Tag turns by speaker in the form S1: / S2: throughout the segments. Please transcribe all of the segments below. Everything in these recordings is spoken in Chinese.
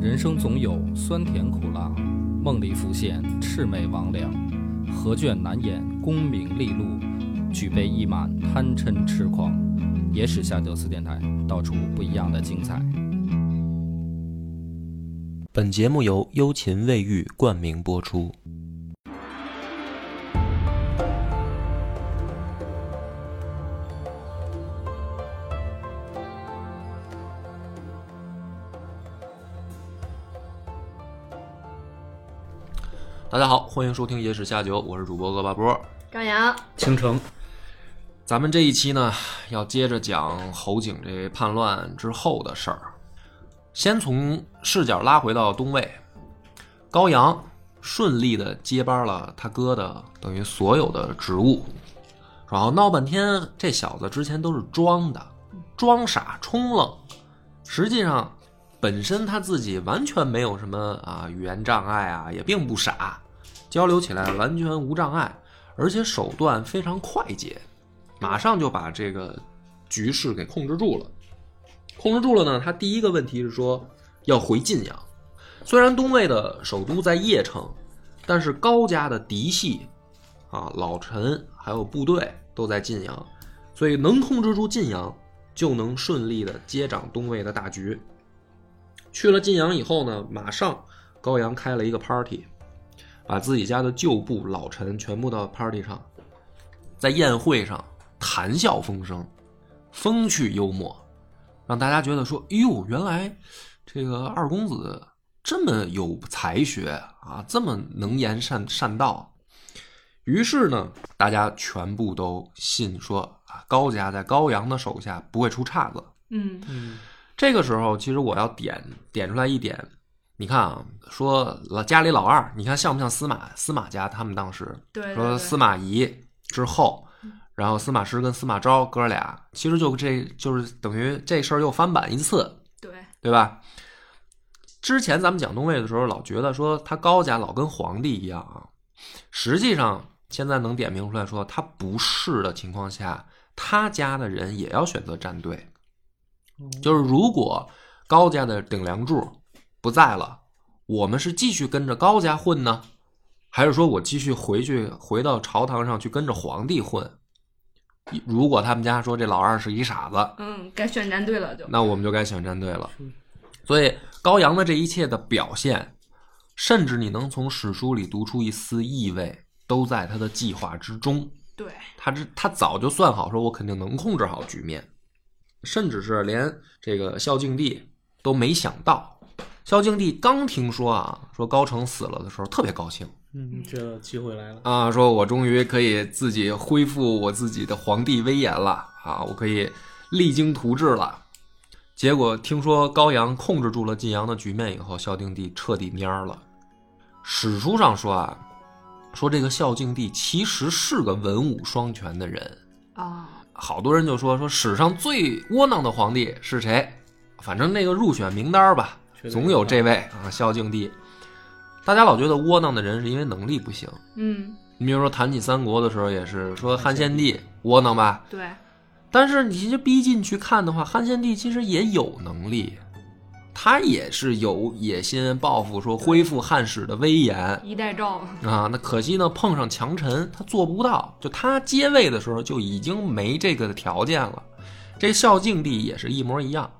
S1: 人生总有酸甜苦辣，梦里浮现魑魅魍魉，何卷难掩功名利禄，举杯一满贪嗔痴狂。野史下酒四电台，道出不一样的精彩。
S2: 本节目由优琴卫浴冠名播出。大家好，欢迎收听《野史下酒》，我是主播恶霸波。
S3: 张扬，
S4: 倾城，
S2: 咱们这一期呢，要接着讲侯景这叛乱之后的事儿。先从视角拉回到东魏，高阳顺利的接班了他哥的等于所有的职务，然后闹半天，这小子之前都是装的，装傻充愣，实际上本身他自己完全没有什么啊语言障碍啊，也并不傻，交流起来完全无障碍，而且手段非常快捷，马上就把这个局势给控制住了。控制住了呢，他第一个问题是说要回晋阳。虽然东魏的首都在邺城，但是高家的嫡系啊、老臣还有部队都在晋阳，所以能控制住晋阳，就能顺利的接掌东魏的大局。去了晋阳以后呢，马上高阳开了一个 party，把自己家的旧部老臣全部到 party 上，在宴会上谈笑风生，风趣幽默。让大家觉得说，哟，原来这个二公子这么有才学啊，这么能言善善道。于是呢，大家全部都信说啊，高家在高阳的手下不会出岔子。
S3: 嗯
S2: 这个时候，其实我要点点出来一点，你看啊，说老家里老二，你看像不像司马司马家他们当时，
S3: 对对
S2: 说
S3: 对嗯
S2: 司马懿之后，然后司马师跟司马昭哥俩，其实就这就是等于这事儿又翻版一次，
S3: 对，
S2: 对吧？之前咱们讲东魏的时候，老觉得说他高家老跟皇帝一样啊，实际上现在能点明出来说，他不是的情况下，他家的人也要选择站队，
S3: 哦
S2: 就是如果高家的顶梁柱不在了，我们是继续跟着高家混呢，还是说我继续回去回到朝堂上去跟着皇帝混？如果他们家说这老二是一傻子，
S3: 嗯，该选战队了就，
S2: 那我们就该选战队了。所以高阳的这一切的表现，甚至你能从史书里读出一丝意味，都在他的计划之中。
S3: 对，
S2: 他这他早就算好，说我肯定能控制好局面，甚至是连这个孝敬帝都没想到。孝敬帝刚听说啊，说高成死了的时候，特别高兴
S4: 嗯，觉得机会来了，
S2: 啊，说我终于可以自己恢复我自己的皇帝威严了啊，我可以励精图治了。结果听说高阳控制住了晋阳的局面以后，孝定帝彻底蔫儿了。史书上说啊，说这个孝敬帝其实是个文武双全的人，
S3: 啊，
S2: 好多人就说说史上最窝囊的皇帝是谁？反正那个入选名单儿吧，
S4: 确实
S2: 总有这位啊，孝敬帝。大家老觉得窝囊的人是因为能力不行，
S3: 嗯，
S2: 你比如说谈起三国的时候，也是说汉献帝窝囊吧，
S3: 对，
S2: 但是你这逼近去看的话，汉献帝其实也有能力，他也是有野心抱负，说恢复汉室的威严，
S3: 一代诏，
S2: 啊，那可惜呢，碰上强臣，他做不到。就他接位的时候就已经没这个条件了。这孝敬帝也是一模一样，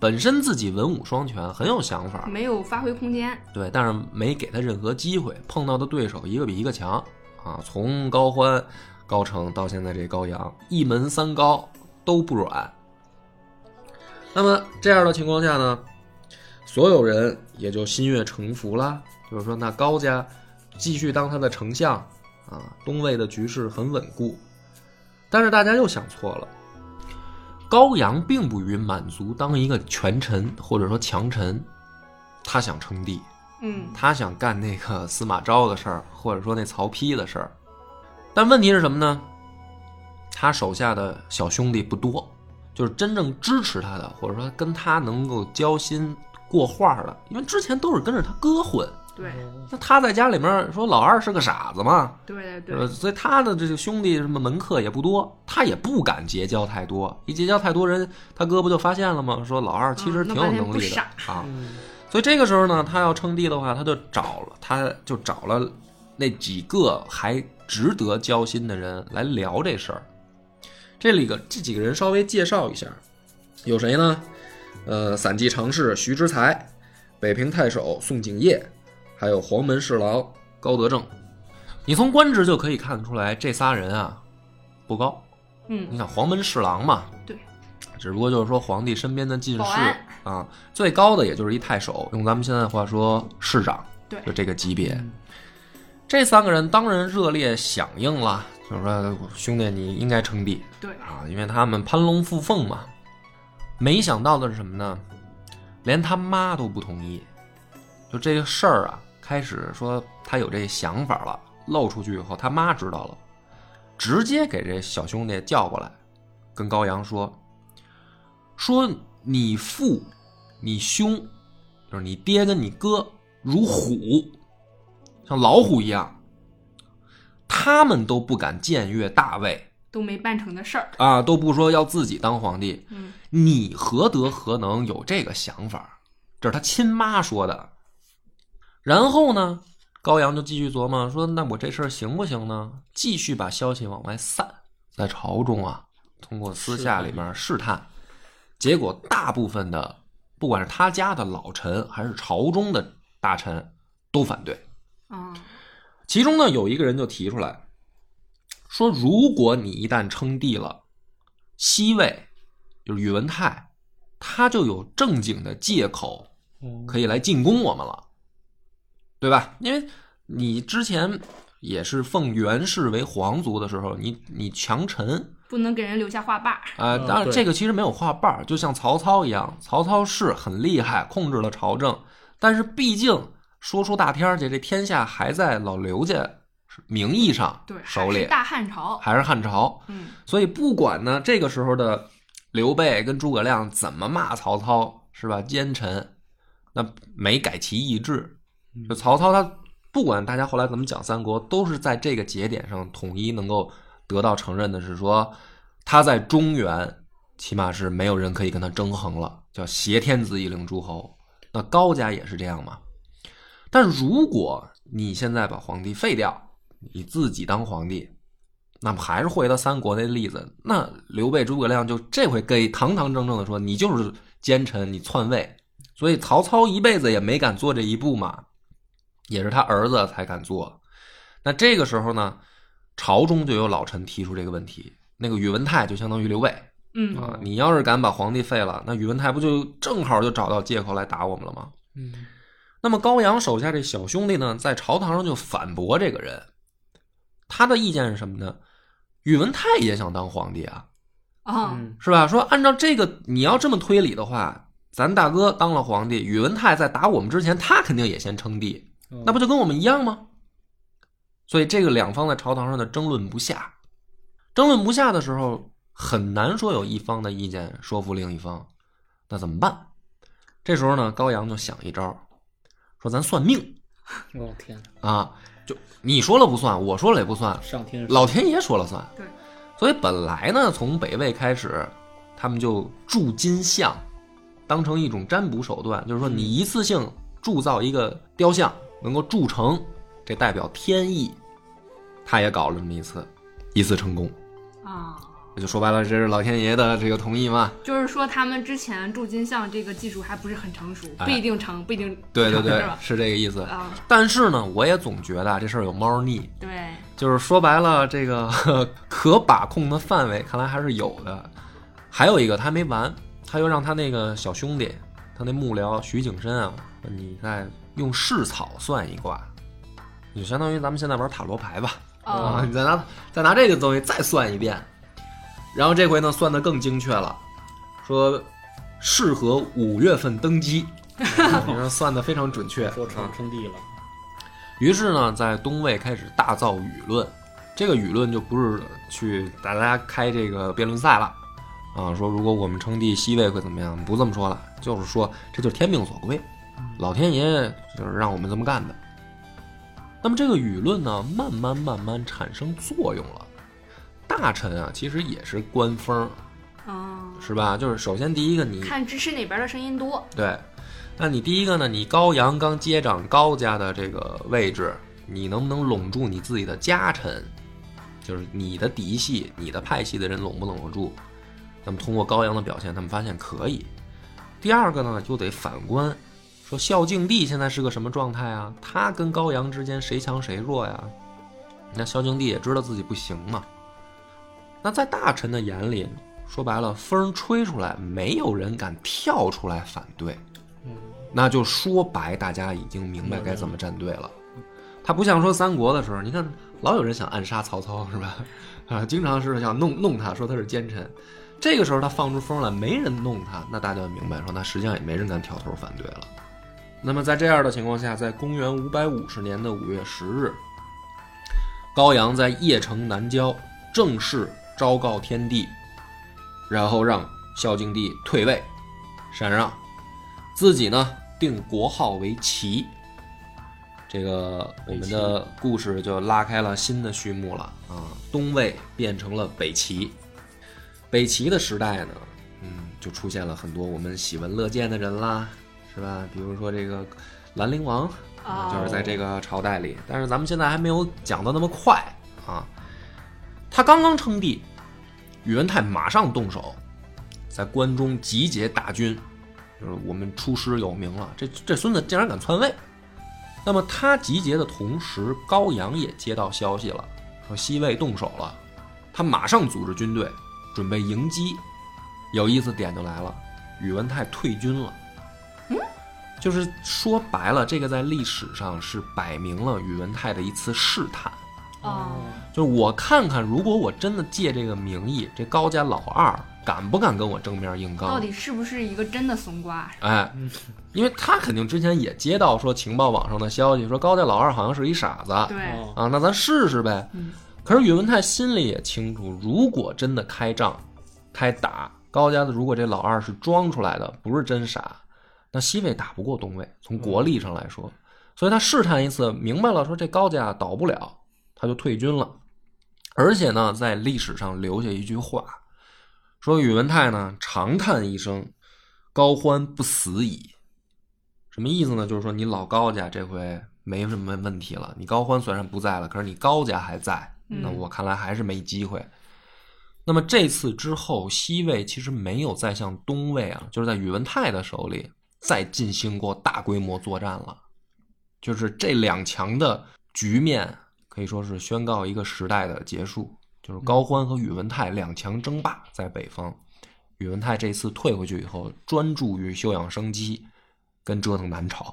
S2: 本身自己文武双全，很有想法，
S3: 没有发挥空间，嗯
S2: 对，但是没给他任何机会。碰到的对手一个比一个强啊，从高欢、高成到现在这高阳，一门三高都不软。那么这样的情况下呢，所有人也就心悦诚服啦。就是说，那高家继续当他的丞相啊，东魏的局势很稳固。但是大家又想错了，高阳并不与满族当一个权臣或者说强臣，他想称帝，
S3: 嗯，
S2: 他想干那个司马昭的事儿，或者说那曹丕的事儿。但问题是什么呢？他手下的小兄弟不多，就是真正支持他的，或者说跟他能够交心过话的，因为之前都是跟着他哥混。
S3: 对，
S2: 那他在家里面说老二是个傻子嘛，
S3: 对对对
S2: 呃，，所以他的这个兄弟什么门客也不多，他也不敢结交太多。一结交太多人，他哥不就发现了吗？说老二其实
S3: 嗯那
S2: 挺有
S3: 发现
S2: 能
S3: 不
S2: 力的、
S3: 傻嗯
S2: 啊，所以这个时候呢，他要称帝的话，他就找了，他就找了那几个还值得交心的人来聊这事儿。这里个这几个人稍微介绍一下，有谁呢？呃，散骑常侍徐之才，北平太守宋景业，还有黄门侍郎高德正。你从官职就可以看出来，这仨人啊不高。
S3: 嗯，
S2: 你看黄门侍郎嘛，
S3: 对，
S2: 只不过就是说皇帝身边的进
S3: 保
S2: 士
S3: 安
S2: 啊，最高的也就是一太守，用咱们现在的话说市长，
S3: 对
S2: 就这个级别。
S3: 嗯
S2: 这三个人当然热烈响应了，就是说兄弟你应该称帝
S3: 对，
S2: 啊，因为他们攀龙附凤嘛。没想到的是什么呢？连他妈都不同意，就这个事儿啊，开始说他有这想法了，露出去以后，他妈知道了，直接给这小兄弟叫过来，跟高阳说：“说你父、你兄，就是你爹跟你哥，如虎，像老虎一样，他们都不敢僭越大位
S3: 都没办成的事儿。
S2: 啊，都不说要自己当皇帝。
S3: 嗯，
S2: 你何德何能有这个想法？这是他亲妈说的。然后呢，高阳就继续琢磨说：“那我这事儿行不行呢？”继续把消息往外散，在朝中啊，通过私下里面试探。结果，大部分的不管是他家的老臣，还是朝中的大臣，都反对。
S3: 啊，
S2: 其中呢，有一个人就提出来，说如果你一旦称帝了，西魏就是宇文泰，他就有正经的借口
S4: 嗯
S2: 可以来进攻我们了，对吧？因为你之前也是奉袁氏为皇族的时候，你你强臣
S3: 不能给人留下话把。
S2: 啊、
S4: 嗯
S2: 当然
S4: 对
S2: 这个其实没有画瓣儿，就像曹操一样，曹操是很厉害，控制了朝政，但是毕竟说出大天儿去，这天下还在老刘家名义上
S3: 对，
S2: 手
S3: 还是
S2: 里，
S3: 大汉朝。
S2: 还是汉朝，
S3: 嗯，
S2: 所以不管呢，这个时候的刘备跟诸葛亮怎么骂曹操，是吧？奸臣，那没改其意志。就曹操他不管大家后来怎么讲三国，都是在这个节点上统一能够得到承认的，是说他在中原起码是没有人可以跟他争衡了，叫挟天子以令诸侯。那高家也是这样嘛。但如果你现在把皇帝废掉，你自己当皇帝，那么还是回到三国那例子，那刘备、诸葛亮就这回给堂堂正正的说，你就是奸臣，你篡位，所以曹操一辈子也没敢做这一步嘛，也是他儿子才敢做。那这个时候呢，朝中就有老臣提出这个问题，那个宇文泰就相当于刘备
S3: 嗯，
S2: 啊，你要是敢把皇帝废了，那宇文泰不就正好就找到借口来打我们了吗？
S4: 嗯
S2: 那么高阳手下这小兄弟呢，在朝堂上就反驳这个人，他的意见是什么呢？宇文泰也想当皇帝啊，
S3: 啊，
S4: 嗯
S2: 是吧？说按照这个，你要这么推理的话，咱大哥当了皇帝，宇文泰在打我们之前，他肯定也先称帝，
S4: 嗯
S2: 那不就跟我们一样吗？所以这个两方在朝堂上的争论不下，争论不下的时候，很难说有一方的意见说服另一方，那怎么办？这时候呢，高阳就想一招，说咱算命。
S4: 哦天哪，
S2: 啊，就你说了不算，我说了也不算，
S4: 上天是
S2: 老天爷说了算。
S3: 对，
S2: 所以本来呢，从北魏开始，他们就铸金像，当成一种占卜手段，就是说你一次性铸造一个雕像，能够铸成，这代表天意。他也搞了这么一次，一次成功，
S3: 啊，
S2: 就说白了，这是老天爷的这个同意嘛？
S3: 就是说他们之前铸金像这个技术还不是很成熟，
S2: 哎
S3: 不一定成，不一定
S2: 对对
S3: 成
S2: 对
S3: 是，吧？
S2: 是这个意思。
S3: 啊，
S2: 但是呢，我也总觉得啊这事儿有猫腻，
S3: 对，
S2: 就是说白了，这个 呵可把控的范围看来还是有的。还有一个他还没完，他又让他那个小兄弟，他那幕僚徐景深啊，你再用试草算一卦，你就相当于咱们现在玩塔罗牌吧，啊，
S3: 啊，
S2: 你再拿再拿这个东西再算一遍，然后这回呢算的更精确了，说适合五月份 登基， 你说算的非常准确，啊
S4: 说成称帝了，
S2: 于是呢，在东魏开始大造舆论，这个舆论就不是去大家开这个辩论赛了，啊，说如果我们称帝西魏会怎么样？不这么说了，就是说这就是天命所归，老天爷就是让我们这么干的。那么这个舆论呢，慢慢慢慢产生作用了。大臣啊，其实也是官风，
S3: 啊，
S2: 是吧？就是首先第一个你
S3: 看支持哪边的声音多。
S2: 对，那你第一个呢？你高阳刚接掌高家的这个位置，你能不能拢住你自己的家臣？就是你的嫡系、你的派系的人拢不拢得住？那么通过高阳的表现，他们发现可以。第二个呢，就得反观，说孝敬帝现在是个什么状态啊？他跟高阳之间谁强谁弱呀？那孝敬帝也知道自己不行嘛。那在大臣的眼里，说白了，风吹出来，没有人敢跳出来反对。那就说白，大家已经嗯明白该怎么站队了。他不像说三国的时候，你看老有人想暗杀曹操是吧？ 啊，经常是想弄弄他，说他是奸臣。这个时候他放出风来，没人弄他，那大家就明白说，那实际上也没人敢挑头反对了。那么在这样的情况下，在公元五百五十年的五月十日，高阳在邺城南郊正式昭告天地，然后让孝敬帝退位，禅让，自己呢定国号为齐。这个我们的故事就拉开了新的序幕了啊！东魏变成了北齐，北齐的时代呢，嗯，就出现了很多我们喜闻乐见的人啦，是吧？比如说这个兰陵王，
S3: 啊，
S2: 嗯就是在这个朝代里。但是咱们现在还没有讲到那么快啊。他刚刚称帝，宇文泰马上动手，在关中集结大军，就是我们出师有名了。这这孙子竟然敢篡位！那么他集结的同时，高阳也接到消息了，说西魏动手了，他马上组织军队准备迎击。有意思点就来了，宇文泰退军了。就是说白了，这个在历史上是摆明了宇文泰的一次试探。
S3: 哦，
S2: 就是我看看，如果我真的借这个名义，这高家老二敢不敢跟我正面硬
S3: 到
S2: 刚？
S3: 底是不是一个真的怂瓜？
S2: 哎，因为他肯定之前也接到说情报网上的消息，说高家老二好像是一傻子啊，
S3: 对，
S4: 哦，
S2: 那咱试试呗。
S3: 嗯
S2: 可是宇文泰心里也清楚，如果真的开仗、开打，高家的如果这老二是装出来的，不是真傻，那西魏打不过东魏，从国力上来说，所以他试探一次，明白了，说这高家倒不了，他就退军了。而且呢，在历史上留下一句话，说宇文泰呢长叹一声：“高欢不死矣。”什么意思呢？就是说你老高家这回没什么问题了，你高欢虽然不在了，可是你高家还在，
S3: 嗯
S2: 那我看来还是没机会。那么这次之后，西魏其实没有再像东魏啊，就是在宇文泰的手里再进行过大规模作战了。就是这两强的局面可以说是宣告一个时代的结束，就是高欢和宇文泰两强争霸在北方。宇文泰这次退回去以后，专注于休养生息，跟折腾南朝。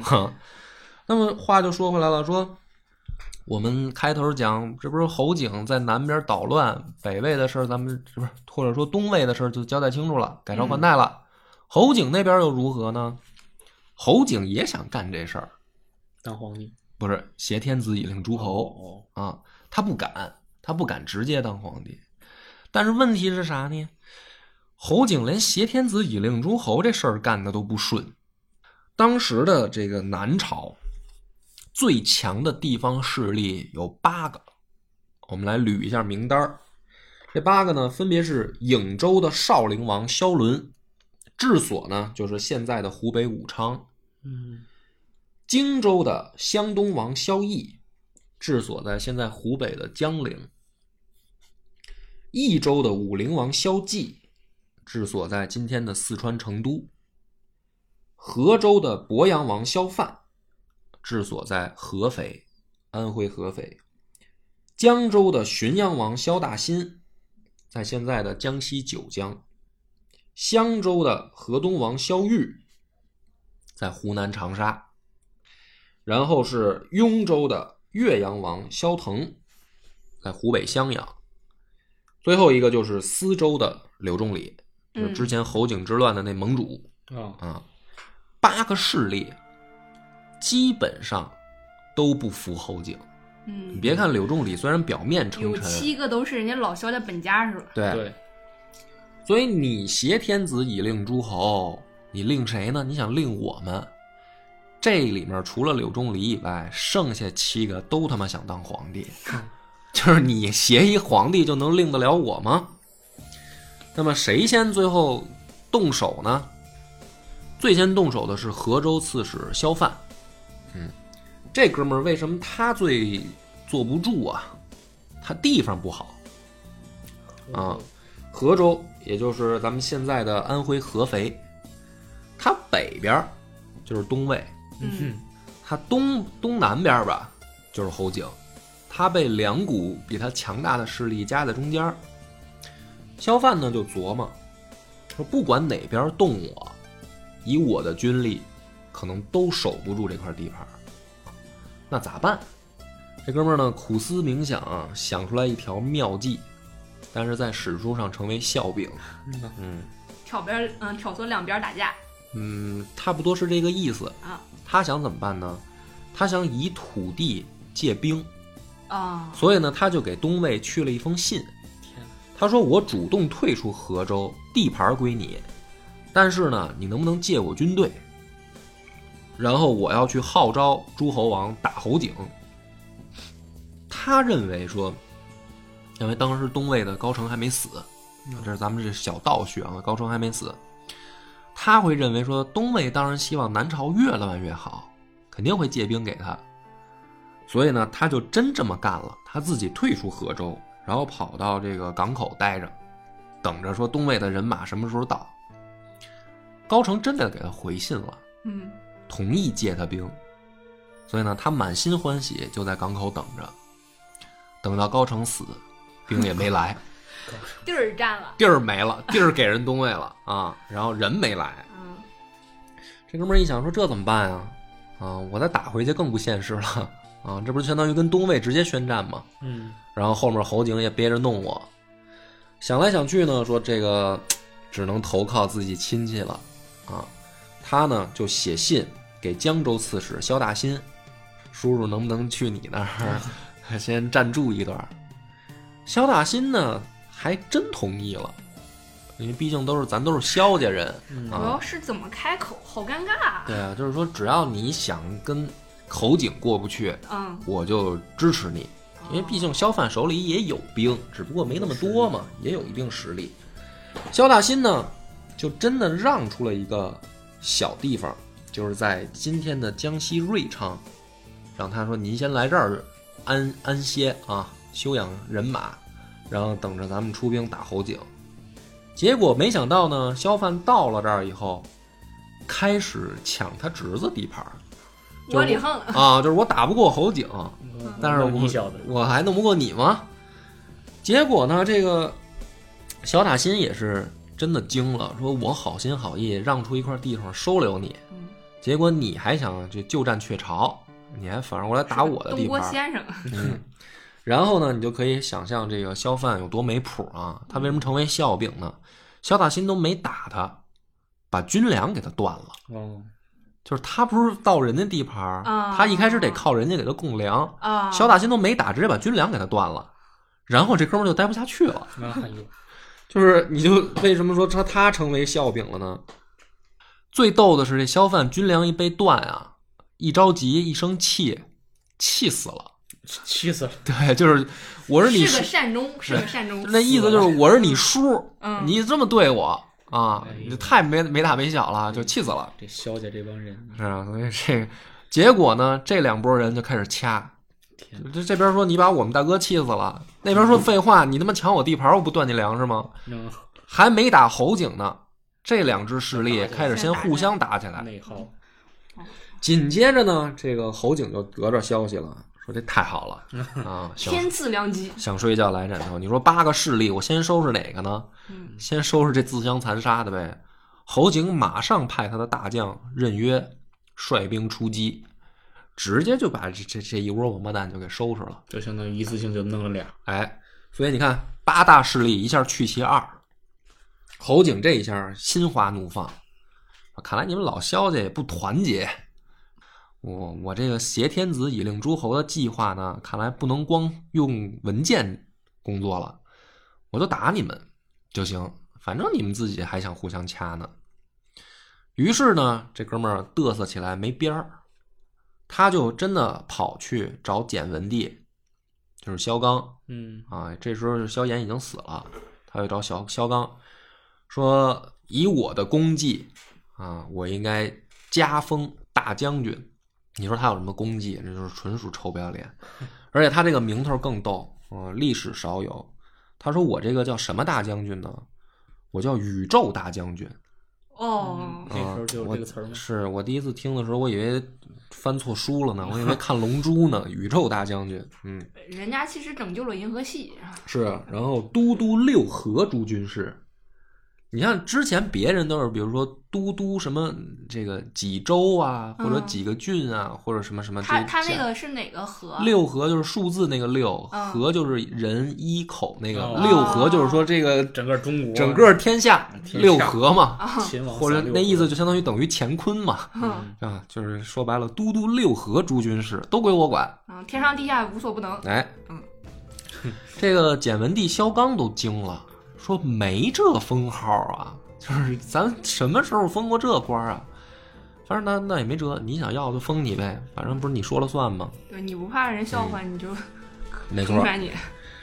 S2: 哈，嗯那么话就说回来了，说我们开头讲，这不是侯景在南边捣乱，北魏的事儿咱们是不是，或者说东魏的事儿就交代清楚了，改朝换代了。侯景那边又如何呢？侯景也想干这事儿，
S4: 当皇帝
S2: 不是挟天子以令诸侯
S4: 哦，
S2: 啊，他不敢，他不敢直接当皇帝。但是问题是啥呢？侯景连挟天子以令诸侯这事儿干的都不顺。当时的这个南朝最强的地方势力有八个，我们来捋一下名单儿。这八个呢，分别是颍州的少陵王萧伦，治所呢就是现在的湖北武昌，
S4: 嗯，
S2: 荆州的湘东王萧绎，治所在现在湖北的江陵；益州的武陵王萧纪，治所在今天的四川成都；河州的鄱阳王萧范，治所在合肥，安徽合肥；江州的浔阳王萧大新，在现在的江西九江；襄州的河东王萧玉，在湖南长沙。然后是雍州的岳阳王萧腾，在湖北襄阳。最后一个就是司州的柳仲礼，就是
S3: 嗯
S2: 之前侯景之乱的那盟主。
S4: 哦，
S2: 啊，八个势力基本上都不服侯景。你
S3: 嗯，
S2: 别看柳仲礼虽然表面称
S3: 有
S2: 臣，
S3: 七个都是人家老萧家本家是吧？
S2: 对，
S4: 对，
S2: 所以你挟天子以令诸侯，你令谁呢？你想令我们？这里面除了柳仲礼以外，剩下七个都他妈想当皇帝， 就是你挟一皇帝就能令得了我吗？那么谁先最后动手呢？最先动手的是河州刺史萧范。嗯，这哥们儿为什么他最坐不住啊？他地方不好，啊，河州，也就是咱们现在的安徽合肥，它北边儿就是东魏，
S3: 嗯
S2: 它东东南边儿吧就是侯景，它被两股比它强大的势力夹在中间儿。萧范呢就琢磨，说不管哪边儿动我，以我的军力，可能都守不住这块地盘儿。那咋办？这哥们儿呢苦思冥想啊，想出来一条妙计，但是在史书上成为笑柄。
S4: 嗯
S2: 嗯
S3: 挑边儿嗯挑唆两边儿打架
S2: 嗯，差不多是这个意思。
S3: 啊
S2: 他想怎么办呢？他想以土地借兵，
S3: 啊
S2: 所以呢，他就给东魏去了一封信。
S4: 天哪，
S2: 他说：“我主动退出河州，地盘归你，但是呢，你能不能借我军队？然后我要去号召诸侯王打侯景。”他认为说，因为当时东魏的高澄还没死，这是咱们这小道学啊，高澄还没死，他会认为说，东魏当然希望南朝越乱越好，肯定会借兵给他。所以呢，他就真这么干了，他自己退出河州，然后跑到这个港口待着，等着说东魏的人马什么时候到。高澄真的给他回信了，
S3: 嗯
S2: 同意借他兵，所以呢，他满心欢喜，就在港口等着，等到高澄死，兵也没来，
S3: 地儿占了嗯
S2: 地儿没了，地儿给人东魏了啊，然后人没来，
S3: 嗯
S2: 这哥们儿一想说这怎么办呀？啊，我再打回去更不现实了啊，这不是相当于跟东魏直接宣战吗？
S4: 嗯，
S2: 然后后面侯景也憋着弄我。想来想去呢，说这个只能投靠自己亲戚了啊。他呢就写信给江州刺史萧大新，叔叔能不能去你那 儿先暂住一段儿？萧大新呢还真同意了，因为毕竟都是咱都是萧家人
S4: 嗯
S3: 我要
S2: 啊。
S3: 是怎么开口好尴尬啊
S2: 对啊，就是说只要你想跟侯景过不去，
S3: 嗯
S2: 我就支持你。因为毕竟萧范手里也有兵，只不过没那么多嘛，也有一定实力。萧大新呢，就真的让出了一个小地方，就是在今天的江西瑞昌，让他说您先来这儿安安歇啊，休养人马，然后等着咱们出兵打侯景。结果没想到呢，萧范到了这儿以后，开始抢他侄子地盘儿就是
S3: 窝里横了
S2: 啊，就是我打不过侯景，
S3: 嗯
S4: 我
S2: 但是
S4: 弄
S2: 我
S4: 你小子，
S2: 我还弄不过你吗？结果呢，这个小打心也是真的惊了，说我好心好意让出一块地方收留你，
S3: 嗯
S2: 结果你还想这就战却巢，你还反而过来打我的
S3: 东
S2: 地
S3: 郭
S2: 盘儿。
S3: 先生
S2: 嗯，然后呢，你就可以想象这个萧范有多没谱啊！他为什么成为笑柄呢？萧大新都没打他，把军粮给他断了。
S4: 哦，
S2: 就是他不是到人家地盘儿，
S3: 啊
S2: 他一开始得靠人家给他供粮，
S3: 啊
S2: 萧大新都没打，直接把军粮给他断了，然后这哥们儿就待不下去了。
S4: 哎呦，
S2: 就是你就为什么说他他成为笑柄了呢？最逗的是这萧范军粮一被断啊，一着急一生气，气死了。
S4: 气死了，
S2: 对，就是我是你
S3: 是
S2: 叔
S3: 个，善终是个善终
S2: 那意思就是我是你叔，
S3: 嗯
S2: 你这么对我啊
S4: 哎，呦
S2: 你这太没没大没小了，就气死了。
S4: 这萧家这帮人，
S2: 是啊，所以这个结果呢，这两拨人就开始掐。
S4: 天
S2: 这这边说你把我们大哥气死了，那边说废话，你他妈抢我地盘，我不断你粮食吗？
S4: 嗯，
S2: 还没打侯景呢，这两支势力开始先互相打起来。
S4: 内耗，
S2: 紧接着呢，这个侯景就得着消息了，说这太好了啊，想
S3: 天赐良机
S2: 想睡觉来枕头。你说八个势力，我先收拾哪个呢？
S3: 嗯
S2: 先收拾这自相残杀的呗。侯景马上派他的大将任约率兵出击，直接就把这这这一窝王八蛋就给收拾了。
S4: 就相当于一次性就弄了俩，
S2: 哎，所以你看八大势力一下去其二，侯景这一下心花怒放，看来你们老萧家也不团结。我我这个挟天子以令诸侯的计划呢，看来不能光用文件工作了，我就打你们就行，反正你们自己还想互相掐呢。于是呢，这哥们儿嘚瑟起来没边儿，他就真的跑去找简文帝，就是萧纲，
S4: 嗯，
S2: 啊，这时候是萧炎已经死了，他又找小萧纲说：“以我的功绩啊，我应该加封大将军。你说他有什么功绩？这就是纯属臭不要脸。而且他这个名头更逗，嗯、历史少有。他说我这个叫什么大将军呢？我叫宇宙大将军。嗯啊
S3: 哦，
S4: 那时候就有
S2: 我
S4: 这个词儿嘛。
S2: 是我第一次听的时候，我以为翻错书了呢，我以为看《龙珠》呢，《宇宙大将军》。嗯，
S3: 人家其实拯救了银河系，啊
S2: 是。啊然后都督六合诸军事，你看之前别人都是，比如说都督什么这个几州啊，或者
S3: 嗯
S2: 几个郡啊，或者什么什么这。
S3: 他他那个是哪个河？
S2: 六合就是数字那个六，
S3: 嗯
S2: 合就是人一口那个
S4: 哦
S2: 六合，就是说这个
S4: 整个中国，
S2: 整个天下
S4: 天下
S2: 六合嘛，
S3: 啊
S4: 秦王
S2: 或者
S4: 三六
S2: 那意思
S4: 国
S2: 就相当于等于乾坤嘛。
S3: 嗯
S2: 啊，就是说白了，都督六合诸军事都归我管。
S3: 嗯，天上地下无所不能。
S2: 哎，
S3: 嗯，
S2: 这个简文帝萧纲都惊了，说没这封号啊，就是咱什么时候封过这官啊？反正那那也没辙，你想要就封你呗，反正不是你说了算吗？
S3: 对，你不怕人笑话，你就
S2: 嗯没
S3: 出来你。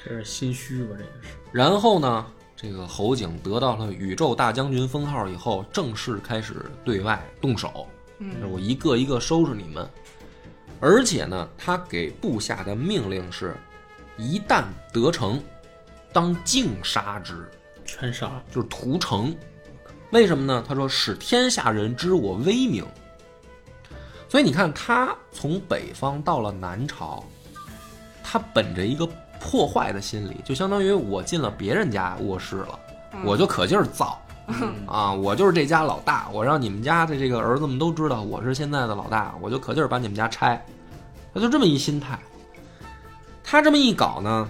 S4: 这是心虚吧？这个是
S2: 然后呢，这个侯景得到了宇宙大将军封号以后，正式开始对外动手，就是
S3: 嗯
S2: 我一个一个收拾你们。而且呢，他给部下的命令是，一旦得逞，当尽杀之，
S4: 全杀，
S2: 就是屠城。为什么呢？他说使天下人知我威名。所以你看，他从北方到了南朝，他本着一个破坏的心理，就相当于我进了别人家卧室了，
S3: 嗯
S2: 我就可劲儿造。
S4: 嗯
S2: 啊，我就是这家老大，我让你们家的这个儿子们都知道我是现在的老大，我就可劲儿把你们家拆。他就这么一心态，他这么一搞呢，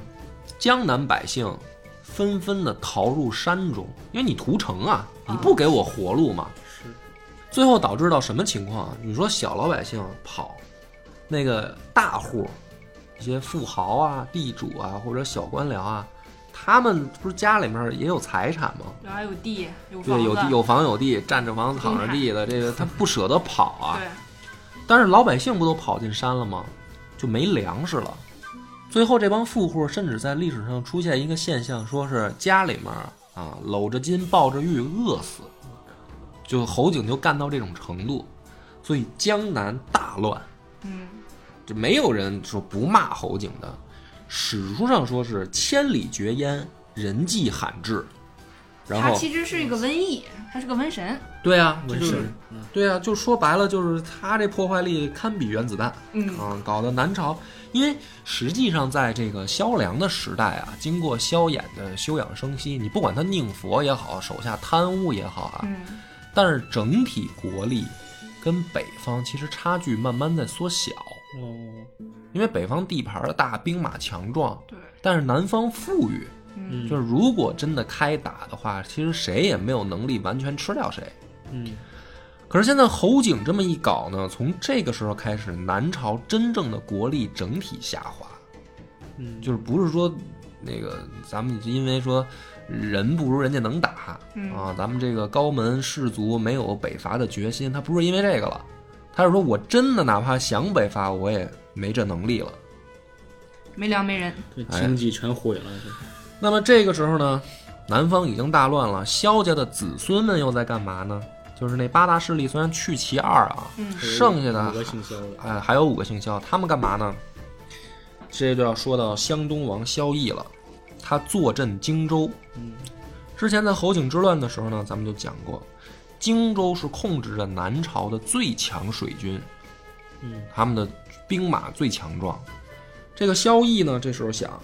S2: 江南百姓纷纷的逃入山中，因为你屠城啊，你不给我活路嘛。
S4: 是
S2: 最后导致到什么情况啊？你说小老百姓跑，那个大户，一些富豪啊、地主啊或者小官僚啊，他们不是家里面也有财产吗？
S3: 然后有地有房
S2: 对，
S3: 子，
S2: 有地有房有地，占着房躺着地的，这个他不舍得跑啊。
S3: 对，
S2: 但是老百姓不都跑进山了吗？就没粮食了。最后这帮富户甚至在历史上出现一个现象，说是家里面啊搂着筋抱着玉饿死，就侯景就干到这种程度，所以江南大乱。
S3: 嗯
S2: 这没有人说不骂侯景的。史书上说是千里绝烟，人迹罕至。然
S3: 他
S2: 后
S3: 其实是一个瘟疫，他是个瘟神。
S2: 对啊，
S4: 纹
S2: 就是
S4: 身，嗯，
S2: 对啊，就说白了，就是他这破坏力堪比原子弹
S3: 嗯
S2: 啊，搞得南朝，因为实际上在这个萧梁的时代啊，经过萧衍的休养生息，你不管他宁佛也好，手下贪污也好啊，
S3: 嗯
S2: 但是整体国力跟北方其实差距慢慢在缩小，
S4: 哦，
S2: 因为北方地盘儿大，兵马强壮，
S3: 对，
S2: 但是南方富裕，
S3: 嗯
S4: 嗯，
S2: 就是如果真的开打的话，其实谁也没有能力完全吃掉谁。
S4: 嗯，
S2: 可是现在侯景这么一搞呢，从这个时候开始，南朝真正的国力整体下滑，
S4: 嗯，
S2: 就是不是说那个咱们因为说人不如人家能打
S3: 嗯
S2: 啊，咱们这个高门士族没有北伐的决心，他不是因为这个了，他是说我真的哪怕想北伐，我也没这能力了。
S3: 没粮没人。
S4: 对
S2: 哎
S4: 经济全毁了，这
S2: 那么这个时候呢，南方已经大乱了，萧家的子孙们又在干嘛呢？就是那八大势力虽然去其二啊，
S3: 嗯
S2: 剩下的
S4: 五个姓萧的，
S2: 哎，还有五个姓萧，他们干嘛呢？这就要说到湘东王萧绎了，他坐镇荆州。
S4: 嗯，
S2: 之前在侯景之乱的时候呢，咱们就讲过，荆州是控制着南朝的最强水军，
S4: 嗯，
S2: 他们的兵马最强壮。这个萧绎呢，这时候想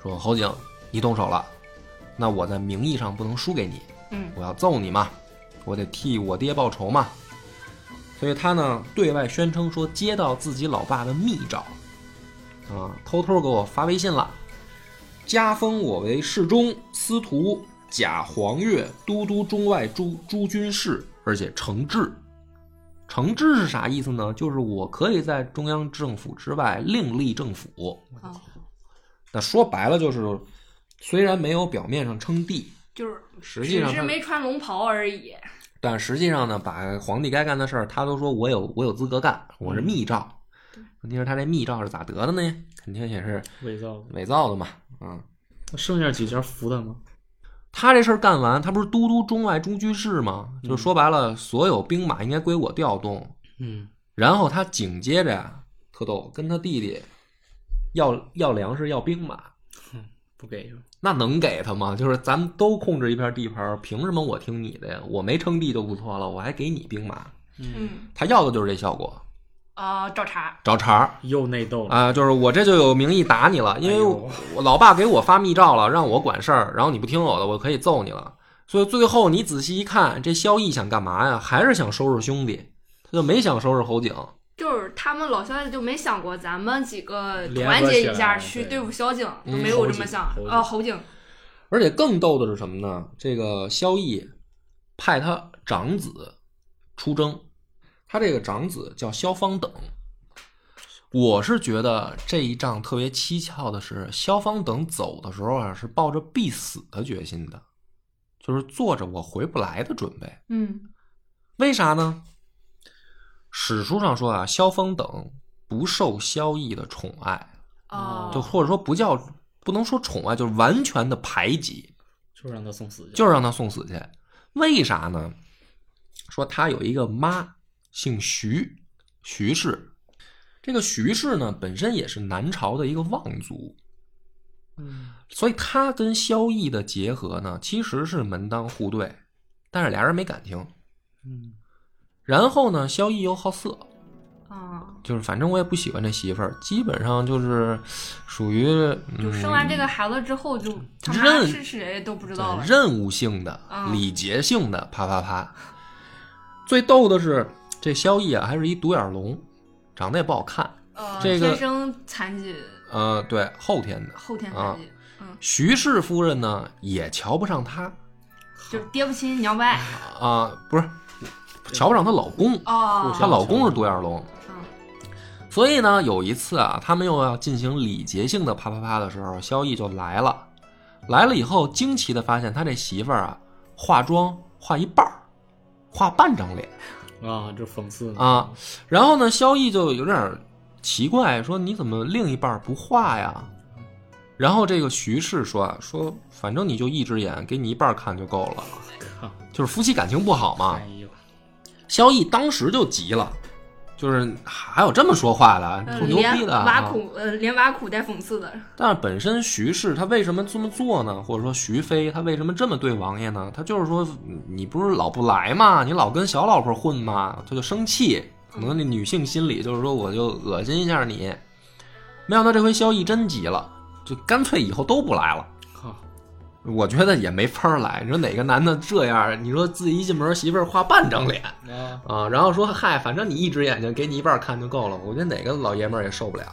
S2: 说：“侯景，你动手了，那我在名义上不能输给你，
S3: 嗯
S2: 我要揍你嘛，我得替我爹报仇嘛。所以他呢对外宣称说接到自己老爸的密诏，啊，偷偷给我发微信了，加封我为侍中、司徒、假黄钺、都督中外诸诸军事，而且承制。承制是啥意思呢？就是我可以在中央政府之外另立政府。
S3: 啊，
S2: 那说白了就是，虽然没有表面上称帝，
S3: 就是
S2: 实际
S3: 只
S2: 上
S3: 是
S2: 他
S3: 没穿龙袍而已。
S2: 但实际上呢，把皇帝该干的事儿，他都说我有我有资格干，我是密诏。问题是他这密诏是咋得的呢？肯定也是
S4: 伪造的。
S2: 伪造的嘛，啊、
S4: 那剩下几家服他吗？
S2: 他这事儿干完，他不是都督中外中居士吗？就说白了，所有兵马应该归我调动。
S4: 嗯
S2: 然后他紧接着呀，特逗，跟他弟弟要要粮食，要兵马，
S4: 不给就
S2: 那能给他吗？就是咱们都控制一片地盘，凭什么我听你的呀？我没称帝就不错了，我还给你兵马。
S3: 嗯，
S2: 他要的就是这效果，
S3: 啊，找茬，
S2: 找茬儿
S4: 又内斗了，
S2: 啊、就是我这就有名义打你了，因
S4: 哎
S2: 为
S4: 呦
S2: 我,、老爸给我发密诏了，让我管事儿，然后你不听我的，我可以揍你了。所以最后你仔细一看，这萧绎想干嘛呀？还是想收拾兄弟，他就没想收拾侯景。
S3: 就是他们老萧家就没想过咱们几个
S4: 联合
S3: 团结一
S4: 起来
S3: 下
S4: 对
S3: 去对付萧景，都
S2: 嗯
S3: 没有这么想
S4: 侯景。
S3: 呃，侯景，
S2: 而且更逗的是什么呢？这个萧绎派他长子出征，他这个长子叫萧方等。我是觉得这一仗特别蹊跷的是，萧方等走的时候啊，是抱着必死的决心的，就是做着我回不来的准备。
S3: 嗯
S2: 为啥呢？史书上说啊，萧方等不受萧绎的宠爱，
S3: 啊，
S2: 就或者说不叫不能说宠爱，就是完全的排挤。
S4: 就让他送死去，
S2: 就是让他送死去。为啥呢？说他有一个妈，姓徐，徐氏。这个徐氏呢，本身也是南朝的一个望族，
S4: 嗯
S2: 所以他跟萧绎的结合呢，其实是门当户对，但是俩人没感情。
S4: 嗯
S2: 然后呢，萧绎又好色，
S3: 啊，
S2: 就是反正我也不喜欢这媳妇儿，基本上就是属于、嗯、
S3: 就生完这个孩子之后，就他妈
S2: 认
S3: 是谁都不知道
S2: 对
S3: 了。
S2: 任务性的、
S3: 嗯
S2: 礼节性的，啪啪啪。最逗的是，这萧逸啊，还是一独眼龙，长得也不好看。
S3: 呃，
S2: 这个
S3: 天生残疾，
S2: 呃，对，后天的。
S3: 后天残疾，嗯，
S2: 徐氏夫人呢，也瞧不上他
S3: 就是爹不亲娘不爱。
S2: 啊、不是，瞧不上她老公，
S3: 哦，
S2: 她老公是独眼龙。
S3: 嗯
S2: 所以呢，有一次啊，他们又要进行礼节性的啪啪啪的时候，萧逸就来了。来了以后，惊奇的发现他这媳妇儿啊，化妆化一半儿，化半张脸。
S4: 啊，这讽刺呢
S2: 啊，然后呢，萧逸就有点儿奇怪，说你怎么另一半儿不画呀？然后这个徐氏说啊，说反正你就一只眼，给你一半儿看就够了，
S4: 靠，
S2: 就是夫妻感情不好嘛
S4: 哎。呦，
S2: 萧逸当时就急了，就是还有这么说话的，
S3: 呃，
S2: 挺牛逼
S3: 连
S2: 的、啊。
S3: 挖苦呃，连挖苦带讽刺的，
S2: 但是本身徐氏她为什么这么做呢？或者说徐妃她为什么这么对王爷呢？她就是说嗯你不是老不来嘛，你老跟小老婆混嘛，她就生气。可能那女性心理就是说我就恶心一下你。没想到这回萧逸真急了，就干脆以后都不来了。
S4: 靠，
S2: 我觉得也没法儿来，你说哪个男的这样？你说自己一进门媳妇儿画半张脸
S4: 啊，
S2: 啊，然后说嗨，反正你一只眼睛给你一半儿看就够了。我觉得哪个老爷们儿也受不了。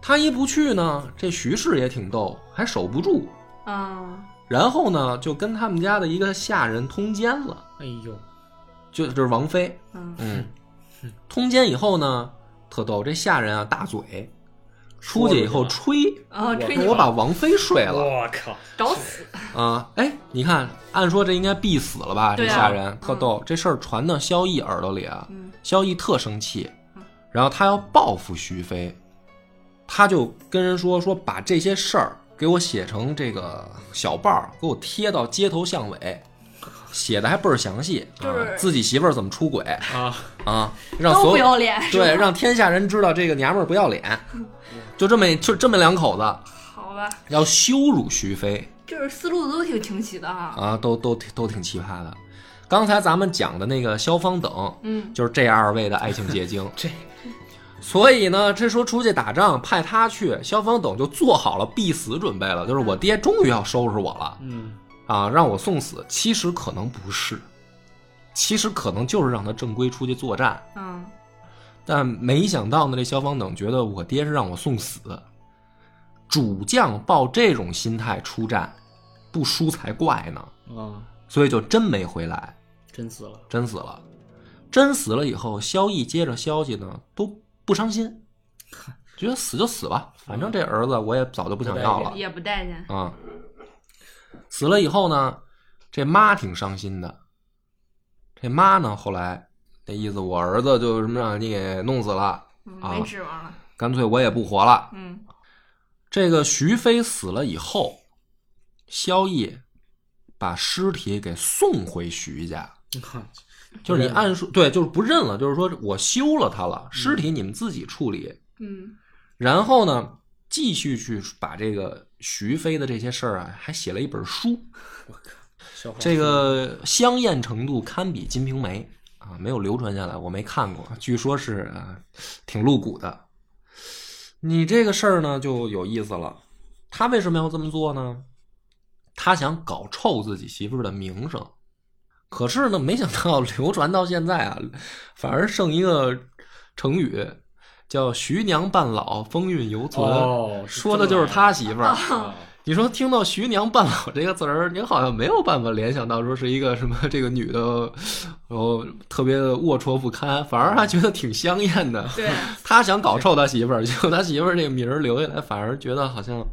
S2: 他一不去呢，这徐氏也挺逗，还守不住。
S3: 嗯，
S2: 然后呢，就跟他们家的一个下人通奸了，
S4: 哎呦，
S2: 就就是王妃。
S3: 嗯
S2: 嗯，通奸以后呢，特逗，这下人啊大嘴，出去以后
S4: 说
S2: 吹，
S3: 哦，吹
S2: 我
S3: 牛，
S2: 把王妃睡了
S4: 我靠，
S3: 找死，
S2: 啊！哎，你看，按说这应该必死了吧？这
S3: 对啊
S2: 下人特逗，这事儿传到萧绎耳朵里啊，
S3: 嗯
S2: 萧绎特生气
S3: 嗯，
S2: 然后他要报复徐妃，他就跟人说说把这些事儿给我写成这个小报儿，给我贴到街头巷尾，写的还倍儿详细，
S3: 就是
S2: 啊、自己媳妇儿怎么出轨
S4: 啊，
S2: 啊，让
S3: 都
S2: 所
S3: 不
S2: 有
S3: 要脸，是吧嗯
S2: 对让天下人知道这个娘们儿不要脸，就这么就这么两口子
S3: 好吧，
S2: 要羞辱徐妃
S3: 就是思路都挺清晰的哈，
S2: 啊，都都都挺奇葩的。刚才咱们讲的那个萧方等，
S3: 嗯，
S2: 就是这二位的爱情结晶。
S4: 这
S2: 所以呢，这时候出去打仗，派他去，萧方等就做好了必死准备了，就是我爹终于要收拾我了
S4: 嗯，
S2: 啊，让我送死。其实可能不是，其实可能就是让他正规出去作战。
S3: 嗯，
S2: 但没想到呢，这萧方等觉得我爹是让我送死，主将抱这种心态出战，不输才怪呢。
S4: 啊，
S2: 所以就真没回来。
S4: 真死了，
S2: 真死了。真死了以后，萧绎接着消息呢，都不伤心，觉得死就死吧，反正这儿子我也早就不想要了
S3: 也不待见，
S2: 啊、死了以后呢，这妈挺伤心的。这妈呢，后来那意思，我儿子就什么让你给弄死了，
S3: 嗯，
S2: 啊
S3: 没指望了，
S2: 干脆我也不活了。
S3: 嗯
S2: 这个徐妃死了以后，萧绎把尸体给送回徐家。
S4: 你看，
S2: 就是你按说对，就是不认了，就是说我休了他了，尸体你们自己处理。
S3: 嗯，
S2: 然后呢，继续去把这个徐飞的这些事儿啊，还写了一本书，
S4: 我靠，小黄
S2: 这个香艳程度堪比《金瓶梅》啊，没有流传下来，我没看过，据说是啊，挺露骨的。你这个事儿呢，就有意思了。他为什么要这么做呢？他想搞臭自己媳妇儿的名声，可是呢，没想到 流传到现在啊，反而剩一个成语叫“徐娘半老，风韵犹存”，
S4: 哦是
S2: 说的
S4: 这
S2: 就
S4: 么来
S2: 是他媳妇儿。
S4: 啊
S2: 你说听到“徐娘半老”这个词儿，您好像没有办法联想到说是一个什么 这个女的，然后特别的龌龊不堪，反而还觉得挺香艳 的。
S3: 对，
S2: 他想搞臭他媳妇儿，结果他媳妇儿这个名儿留下来，反而觉得好像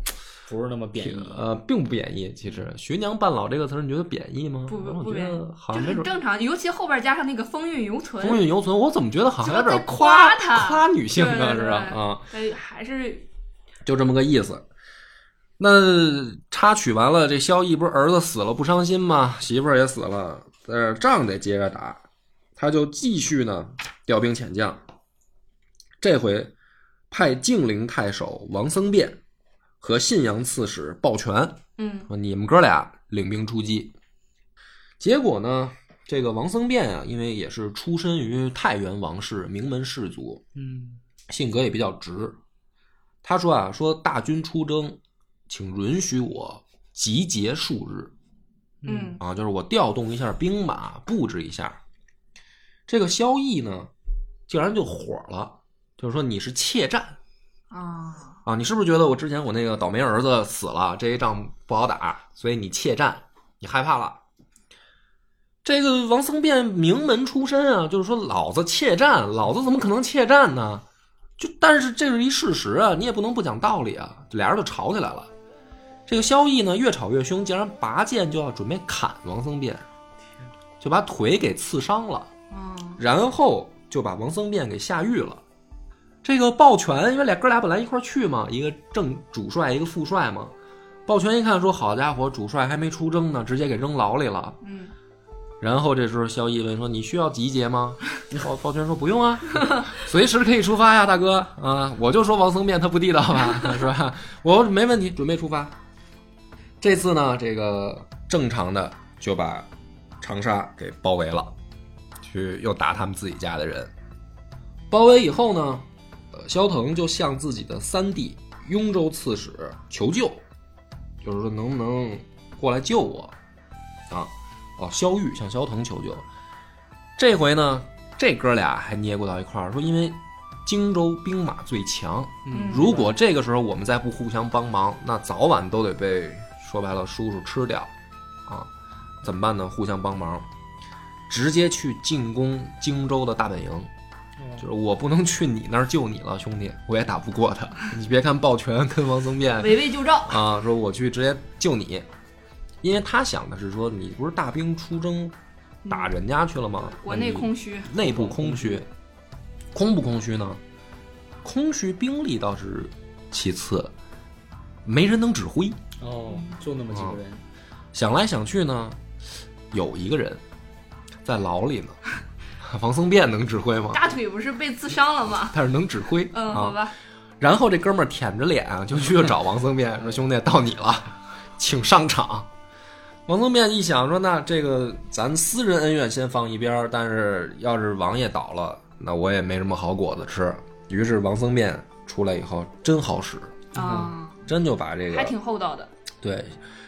S4: 不是那么贬义，
S2: 呃并不贬义。其实“徐娘半老”这个词儿，你觉得贬义吗？
S3: 不不
S2: 我
S3: 不
S2: 觉
S3: 贬义
S2: 得好
S3: 就
S2: 像没
S3: 很
S2: 准。
S3: 正常，尤其后边加上那个风韵犹存，
S2: 风韵犹存，我怎么觉得好像有点
S3: 就在夸
S2: 夸
S3: 她
S2: 女性
S3: 对
S2: 呢？
S3: 对
S2: 是吧？
S3: 对
S2: 啊，
S3: 哎，还是
S2: 就这么个意思。那插曲完了，这萧绎不是儿子死了不伤心吗？媳妇儿也死了，但是仗得接着打，他就继续呢调兵遣将。这回派静陵太守王僧辩和信阳刺史鲍全
S3: 嗯
S2: 说：“你们哥俩领兵出击。”结果呢，这个王僧辩啊，因为也是出身于太原王氏名门士族，
S4: 嗯，
S2: 性格也比较直。他说啊，说大军出征，请允许我集结数日
S3: 嗯
S2: 啊，就是我调动一下兵马，布置一下。这个萧绎呢，竟然就火了，就是说你是怯战
S3: 啊，
S2: 啊，你是不是觉得我之前我那个倒霉儿子死了，这一仗不好打，所以你怯战，你害怕了？这个王僧辩名门出身啊，就是说老子怯战，老子怎么可能怯战呢？就但是这是一事实啊，你也不能不讲道理啊。俩人就吵起来了。这个萧绎呢，越吵越凶，竟然拔剑就要准备砍王僧辩，就把腿给刺伤了。
S3: 嗯
S2: 然后就把王僧辩给下狱了。这个鲍全，因为俩哥俩本来一块儿去嘛，一个正主帅，一个副帅嘛。鲍全一看说：“好家伙，主帅还没出征呢，直接给扔牢里了。
S3: 嗯”
S2: 然后这时候萧绎问说：“你需要集结吗？”鲍鲍全说：“不用啊， 随时可以出发呀，大哥啊！我就说王僧辩他不地道吧， 是吧？我没问题，准备出发。这次呢，这个正常的就把长沙给包围了。”去又打他们自己家的人。包围以后呢，呃，萧腾就向自己的三弟雍州刺史求救，就是说能不能过来救我啊？哦，萧玉向萧腾求救。这回呢，这哥俩还捏过到一块儿，说因为荆州兵马最强，
S4: 嗯
S2: 如果这个时候我们再不互相帮忙，那早晚都得被说白了叔叔吃掉，啊，怎么办呢？互相帮忙，直接去进攻荆州的大本营。就是我不能去你那儿救你了，兄弟，我也打不过他。 你别看鲍全跟王僧辩
S3: 围魏救赵，
S2: 啊，说我去直接救你，因为他想的是说你不是大兵出征打人家去了吗？
S3: 嗯国内空嗯虚，
S2: 内部空虚，空不空虚呢？空虚兵力倒是其次，没人能指挥。
S4: 哦，就那么几个人，
S2: 想来想去呢，有一个人在牢 里呢，王僧辩能指挥吗？
S3: 大腿不是被刺伤了吗？
S2: 但是能指挥
S3: 嗯，好
S2: 啊。
S3: 吧，
S2: 然后这哥们儿舔着脸啊，就去找王僧辩说：“兄弟，到你了，请上场。”王僧辩一想说：“那这个咱私人恩怨先放一边儿，但是要是王爷倒了，那我也没什么好果子吃。”于是王僧辩出来以后真好使，
S3: 啊，
S2: 真就嗯把这个
S3: 还挺厚道的，
S2: 对，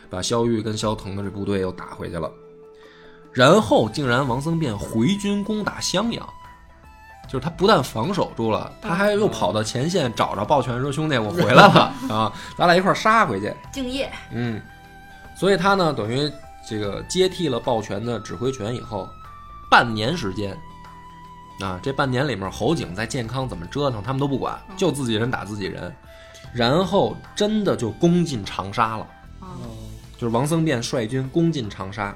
S2: 把萧玉跟萧腾的这部队又打回去了。然后竟然王僧辩回军攻打襄阳，就是他不但防守住了，他还又跑到前线找着鲍全说：“兄弟，我回来了啊，咱俩一块儿杀回去。
S3: 敬业，”
S2: 嗯，所以他呢，等于这个接替了鲍全的指挥权以后，半年时间。啊，这半年里面，侯景在健康怎么折腾，他们都不管，就自己人打自己人，然后真的就攻进长沙了。
S3: 啊，
S4: 哦，
S2: 就是王僧辩率军攻进长沙。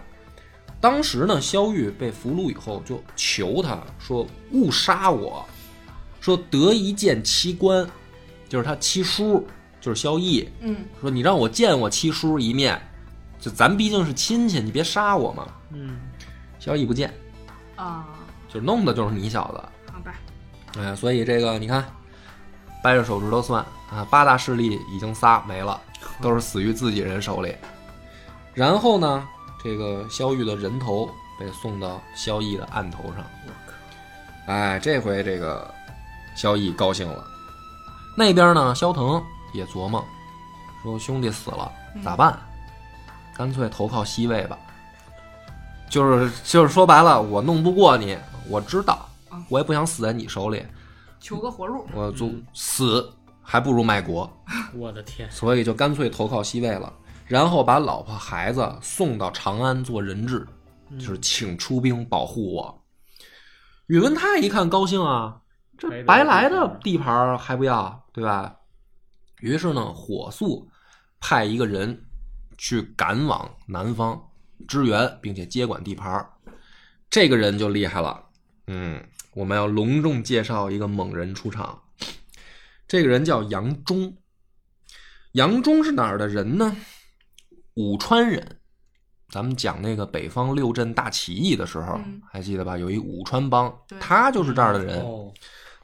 S2: 当时呢，萧玉被俘虏以后，就求他说：“勿杀我，说得一见七官，就是他七叔，就是萧绎，
S3: 嗯
S2: 说你让我见我七叔一面，就咱毕竟是亲戚，你别杀我嘛。
S4: 嗯，
S2: 小乙不见，
S3: 啊，
S2: 就弄的就是你小子。
S3: 好吧，
S2: 哎呀，所以这个你看，掰着手指头算啊，八大势力已经仨没了，都是死于自己人手里。然后呢，这个萧玉的人头被送到萧逸的案头上。
S4: 我靠，
S2: 哎，这回这个萧逸高兴了。那边呢，萧腾也琢磨，说兄弟死了
S4: 嗯
S2: 咋办？干脆投靠西魏吧。就是就是说白了，我弄不过你，我知道
S3: 啊，
S2: 我也不想死在你手里，
S3: 求个活路。
S2: 我就死还不如卖国，
S4: 我的天，
S2: 所以就干脆投靠西魏了。然后把老婆孩子送到长安做人质，就是请出兵保护我。宇文泰一看高兴啊，这白
S4: 白
S2: 来
S4: 来
S2: 的
S4: 的
S2: 地盘儿还不要，对吧？于是呢，火速派一个人去赶往南方支援，并且接管地盘儿。这个人就厉害了，嗯，我们要隆重介绍一个猛人出场。这个人叫杨忠，杨忠是哪儿的人呢？武川人。咱们讲那个北方六镇大起义的时候，
S3: 嗯
S2: 还记得吧？有一武川帮
S3: 对，
S2: 他就是这儿的人。
S4: 哦，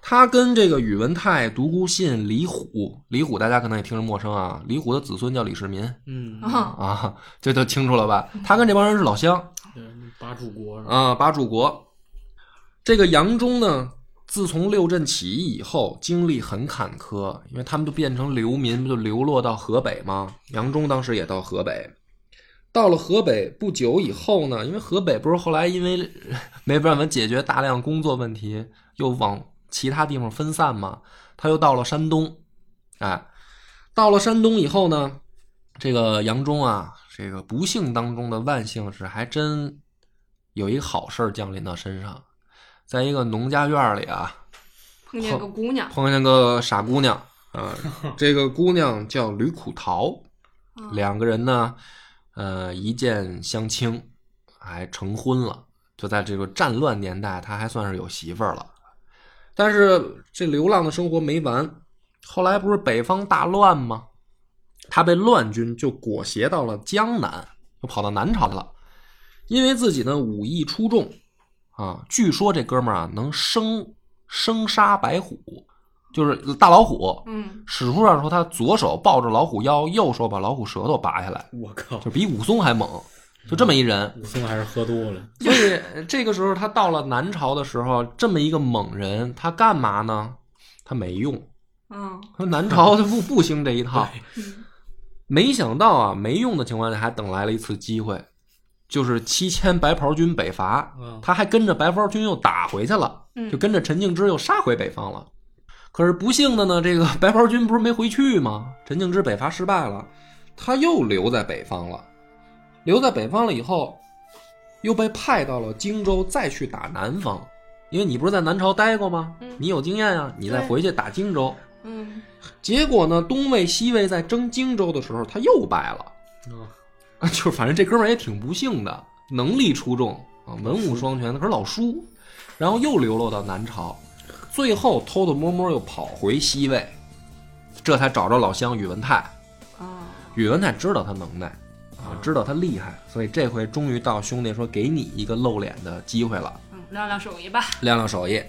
S2: 他跟这个宇文泰、独孤信、李虎，李虎大家可能也听着陌生啊。李虎的子孙叫李世民
S4: 嗯，
S3: 啊，
S2: 啊，这就清楚了吧？他跟这帮人是老乡
S4: 对八柱国是吧？
S2: 啊，八柱国。这个杨忠呢，自从六镇起义以后，经历很坎坷，因为他们就变成流民，不就流落到河北吗？杨忠当时也到河北。到了河北不久以后呢，因为河北不是后来因为没办法解决大量工作问题，又往其他地方分散嘛，他又到了山东，哎，到了山东以后呢，这个杨忠啊，这个不幸当中的万幸是，还真有一个好事儿降临到身上，在一个农家院儿里啊，
S3: 碰见个姑娘，
S2: 碰见个傻姑娘啊、这个姑娘叫吕苦桃，
S3: 啊
S2: 两个人呢，呃，一见相亲，还成婚了。就在这个战乱年代，他还算是有媳妇儿了。但是这流浪的生活没完，后来不是北方大乱吗？他被乱军就裹挟到了江南，又跑到南朝了。因为自己呢武艺出众，啊，据说这哥们儿啊能生生杀白虎，就是大老虎，
S3: 嗯，
S2: 史书上说他左手抱着老虎腰，右手把老虎舌头拔下来，
S4: 我靠，
S2: 就比武松还猛，就这么一人。
S4: 武松还是喝多了，
S2: 所以呃这个时候他到了南朝的时候，这么一个猛人，他干嘛呢？他没用，
S3: 嗯，
S2: 他南朝他不不兴这一套。
S3: 嗯
S2: 没想到啊，没用的情况下还等来了一次机会，就是七千白袍军北伐，
S4: 啊，
S2: 他还跟着白袍军又打回去了。
S3: 嗯
S2: 就跟着陈敬之又杀回北方了。可是不幸的呢，这个白袍军不是没回去吗？陈敬之北伐失败了，他又留在北方了。留在北方了以后，又被派到了荆州，再去打南方。因为你不是在南朝待过吗
S3: 嗯？
S2: 你有经验啊，你再
S3: 对
S2: 回去打荆州。
S3: 嗯，
S2: 结果呢，东魏、西魏在争荆州的时候，他又败了。
S4: 啊
S2: 啊， 就是反正这哥们儿也挺不幸的，能力出众啊，文武双全，可是老输，然后又流落到南朝，最后偷偷摸摸又跑回西魏，这才找着老乡宇文泰。
S3: 啊，
S2: 宇文泰知道他能耐啊，知道他厉害，所以这回终于到兄弟说给你一个露脸的机会了。
S3: 嗯，亮亮手艺吧，
S2: 亮亮手艺。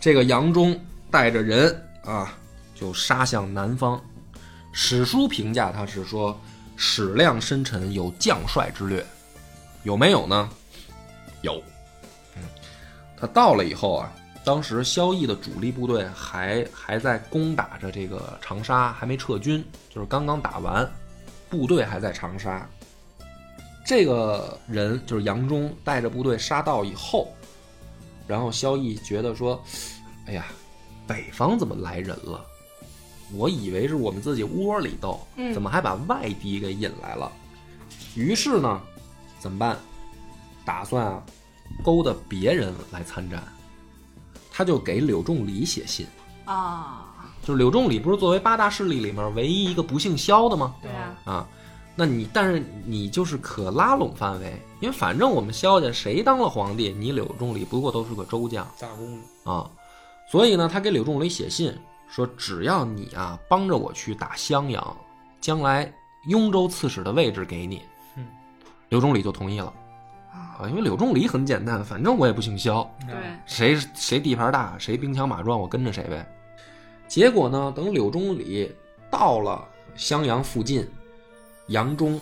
S2: 这个杨忠带着人啊，就杀向南方。史书评价他是说“矢量深沉，有将帅之略”，有没有呢？有。嗯，他到了以后啊，当时萧绎的主力部队还还在攻打着这个长沙，还没撤军，就是刚刚打完，部队还在长沙。这个人就是杨忠，带着部队杀到以后，然后萧绎觉得说：“哎呀，北方怎么来人了？我以为是我们自己窝里斗，
S3: 嗯
S2: 怎么还把外敌给引来了？”于是呢，怎么办？打算啊，勾搭别人来参战。他就给柳仲礼写信，
S3: 啊，
S2: 就是柳仲礼不是作为八大势力里面唯一一个不姓萧的吗？
S3: 对啊，
S2: 啊，那你但是你就是可拉拢范围，因为反正我们萧家谁当了皇帝，你柳仲礼不过都是个州将。
S4: 打工的，
S2: 啊，所以呢，他给柳仲礼写信说，只要你啊帮着我去打襄阳，将来雍州刺史的位置给你
S4: 嗯。
S2: 柳仲礼就同意了
S3: 啊
S2: 啊，因为柳仲礼很简单，反正我也不姓萧，
S3: 对，
S2: 谁谁地盘大，谁兵强马壮，我跟着谁呗。结果呢，等柳仲礼到了襄阳附近，杨忠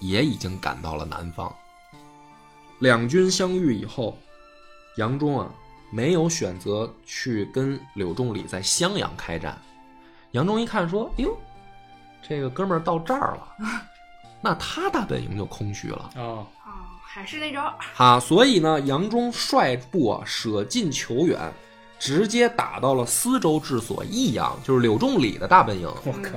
S2: 也已经赶到了南方。两军相遇以后，杨忠啊没有选择去跟柳仲礼在襄阳开战。杨忠一看说：“哎呦，这个哥们儿到这儿了，那他大本营就空虚了。”
S4: 哦，
S3: 啊，还是那招，
S2: 啊，所以呢，杨忠率部啊舍近求远，直接打到了司州治所益阳，就是柳仲礼的大本营。
S4: 我靠，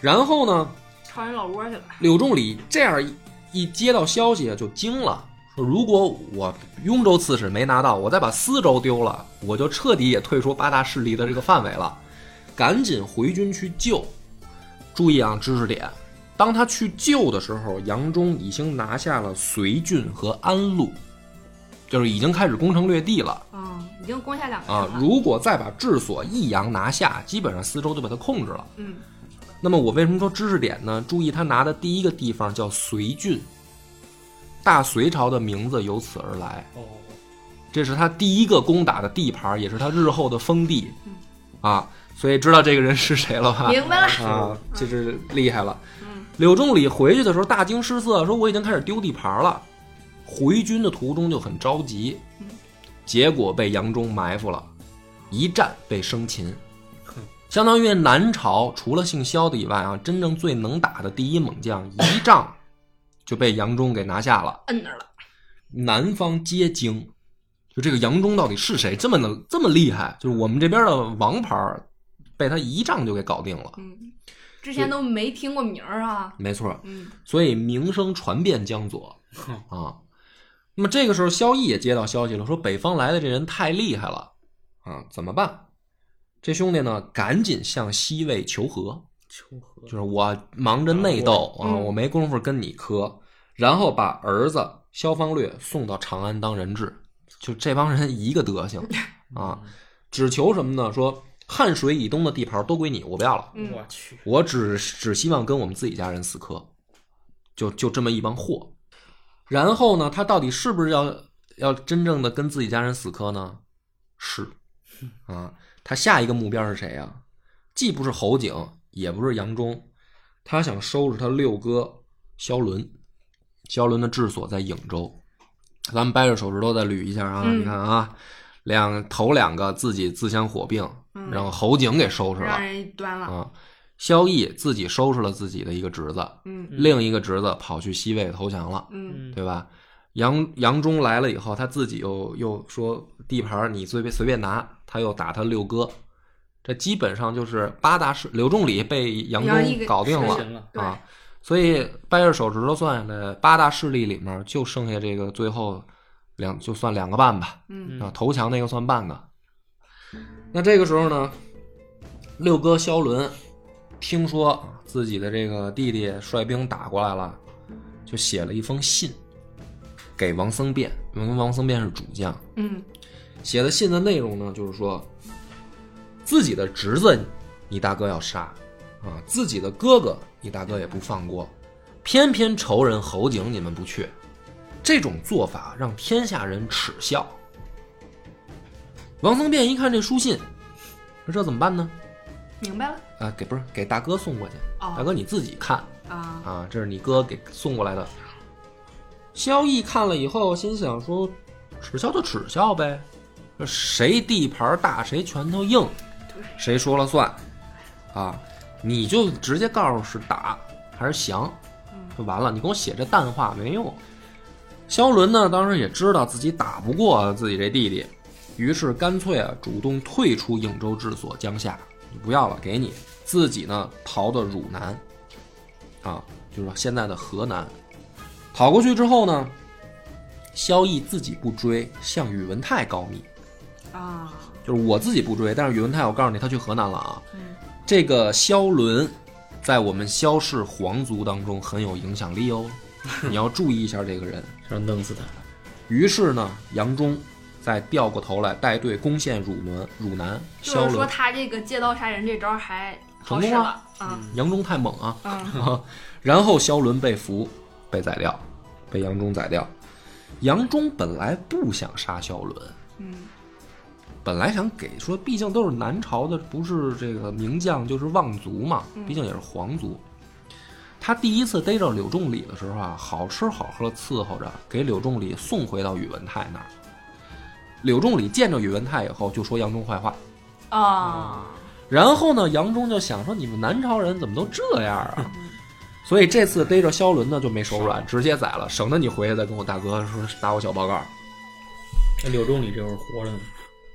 S2: 然后呢，
S3: 朝人老窝去了。
S2: 柳仲礼这样一一接到消息啊就惊了，说如果我雍州刺史没拿到，我再把司州丢了，我就彻底也退出八大势力的这个范围了，赶紧回军去救。注意啊，知识点，当他去救的时候，杨忠已经拿下了绥郡和安陆，就是已经开始攻城略地了。
S3: 嗯，已经攻下两个
S2: 啊
S3: 城，了。
S2: 如果再把治所益阳拿下，基本上司州就把它控制了。
S3: 嗯，
S2: 那么我为什么说知识点呢？注意，他拿的第一个地方叫绥郡，大隋朝的名字由此而来。
S3: 嗯
S4: 哦，
S2: 这是他第一个攻打的地盘，也是他日后的封地
S3: 嗯。
S2: 啊，所以知道这个人是谁了吧？
S3: 明白了。
S2: 啊，这是厉害了。
S3: 嗯
S2: 柳仲礼回去的时候大惊失色，说我已经开始丢地盘了。回军的途中就很着急
S3: 嗯，
S2: 结果被杨忠埋伏了，一战被生擒
S4: 哼。
S2: 相当于南朝除了姓萧的以外啊，真正最能打的第一猛将，一 仗就被杨忠给拿下了。
S3: 摁那儿了。
S2: 南方皆惊，就这个杨忠到底是谁？这么能这么厉害？就是我们这边的王牌儿，被他一仗就给搞定了。
S3: 嗯，之前都没听过名儿啊。
S2: 没错，
S3: 嗯，
S2: 所以名声传遍江左
S4: 哼
S2: 啊。那么这个时候，萧绎也接到消息了，说北方来的这人太厉害了啊，怎么办？这兄弟呢，赶紧向西魏求和，
S4: 秋和
S2: 就是我忙着内斗
S3: 嗯
S2: 啊，我没工夫跟你磕，然后把儿子萧方略送到长安当人质，就这帮人一个德行啊，只求什么呢？说汉水以东的地盘都归你，我不要了。
S3: 嗯
S4: 我去，
S2: 我只只希望跟我们自己家人死磕，就就这么一帮货。然后呢，他到底是不是要要真正的跟自己家人死磕呢？是啊，他下一个目标是谁呀、既不是侯景，也不是杨忠，他想收拾他六哥萧伦。萧伦的治所在颍州，咱们掰着手指头再捋一下啊！
S3: 嗯
S2: 你看啊，两头两个自己自相火并，
S3: 嗯
S2: 让侯景给收拾了，
S3: 让人端了。
S2: 啊，萧绎自己收拾了自己的一个侄子，
S3: 嗯
S2: 另一个侄子跑去西魏投降了，
S3: 嗯
S2: 对吧？杨杨忠来了以后，他自己又又说地盘儿你随便随便拿，他又打他六哥，这基本上就是八大势柳仲礼被杨
S3: 杨一
S2: 忠
S3: 给
S2: 搞定
S4: 成
S2: 了
S3: 是
S4: 型了，
S3: 对
S2: 啊，所以掰着手指头算的八大势力里面就剩下这个最后两就算两个半吧，
S3: 嗯
S2: 啊，投降那个算半个。那这个时候呢，六哥萧伦听说自己的这个弟弟率兵打过来了，就写了一封信给王僧辩，因为王僧辩是主将，
S3: 嗯
S2: 写的信的内容呢，就是说自己的侄子你大哥要杀啊，自己的哥哥你大哥也不放过，偏偏仇人侯景你们不去，这种做法让天下人耻笑。王僧辩一看这书信，说这怎么办呢？
S3: 明白了
S2: 啊，给不是给大哥送过去，
S3: 哦
S2: 大哥你自己看
S3: 啊。
S2: 啊，这是你哥给送过来的。萧绎看了以后，心想说：“耻笑就耻笑呗，这谁地盘大谁拳头硬，谁说了算啊！你就直接告诉是打还是降，就完了。你给我写这淡化没用。”萧伦呢，当时也知道自己打不过自己这弟弟，于是干脆啊主动退出颍州治所江夏，不要了，给你自己呢逃到汝南。啊，就是现在的河南。跑过去之后呢，萧绎自己不追，向宇文泰告密，
S3: 啊，
S2: 就是我自己不追，但是宇文泰，我告诉你，他去河南了啊。
S3: 嗯
S2: 这个萧伦在我们萧氏皇族当中很有影响力 哦，你要注意一下这个人。
S4: 想嗯弄死他，
S2: 于是呢，杨忠再掉过头来带队攻陷汝南，汝南萧
S3: 就是说
S2: 伦，
S3: 他这个借刀杀人这招还
S2: 成
S3: 好
S2: 功
S3: 使
S2: 了
S3: 了啊
S2: 杨忠太猛啊，
S3: 啊！
S2: 然后萧伦被俘被宰掉，被杨忠宰掉。杨忠本来不想杀萧纶，
S3: 嗯
S2: 本来想给说，毕竟都是南朝的，不是这个名将就是望族嘛，毕竟也是皇族。他第一次逮着柳仲礼的时候啊，好吃好喝伺候着，给柳仲礼送回到宇文泰那儿。柳仲礼见着宇文泰以后，就说杨忠坏话。
S3: 啊，
S2: 然后呢，杨忠就想说，你们南朝人怎么都这样啊？所以这次逮着萧纶呢，就没手软，直接宰了，省得你回去再跟我大哥说打我小报告。
S4: 那柳仲礼这会儿活着呢，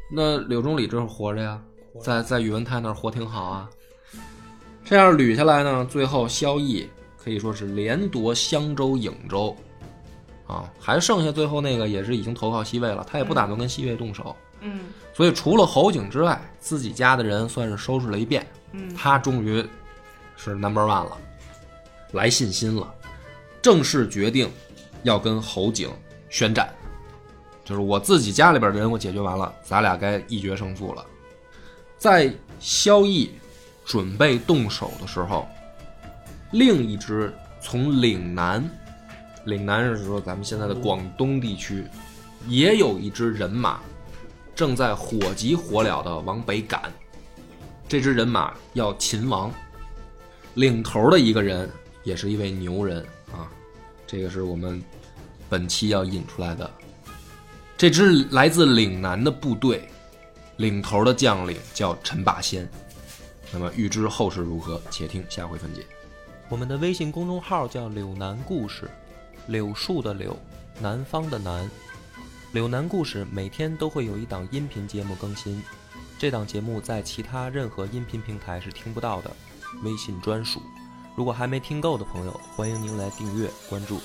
S2: 那柳仲礼这会儿活着呀，
S4: 活着
S2: 在在宇文泰那儿活挺好啊。这样捋下来呢，最后萧绎可以说是连夺襄州、颍州，啊，还剩下最后那个也是已经投靠西魏了，他也
S4: 嗯
S2: 不打算跟西魏动手，
S3: 嗯
S2: 所以除了侯景之外，自己家的人算是收拾了一遍，
S3: 嗯
S2: 他终于是 number one 了，来信心了，正式决定要跟侯景宣战，就是我自己家里边的人我解决完了，咱俩该一决胜负了。在萧绎准备动手的时候，另一支从岭南，岭南是说咱们现在的广东地区，也有一支人马正在火急火燎的往北赶。这支人马要秦王，领头的一个人也是一位牛人啊，这个是我们本期要引出来的。这支来自岭南的部队，领头的将领叫陈霸先。那么预知后事如何，且听下回分解。
S5: 我们的微信公众号叫“柳南故事”，柳树的柳，南方的南。柳南故事每天都会有一档音频节目更新，这档节目在其他任何音频平台是听不到的，微信专属。如果还没听够的朋友，欢迎您来订阅关注。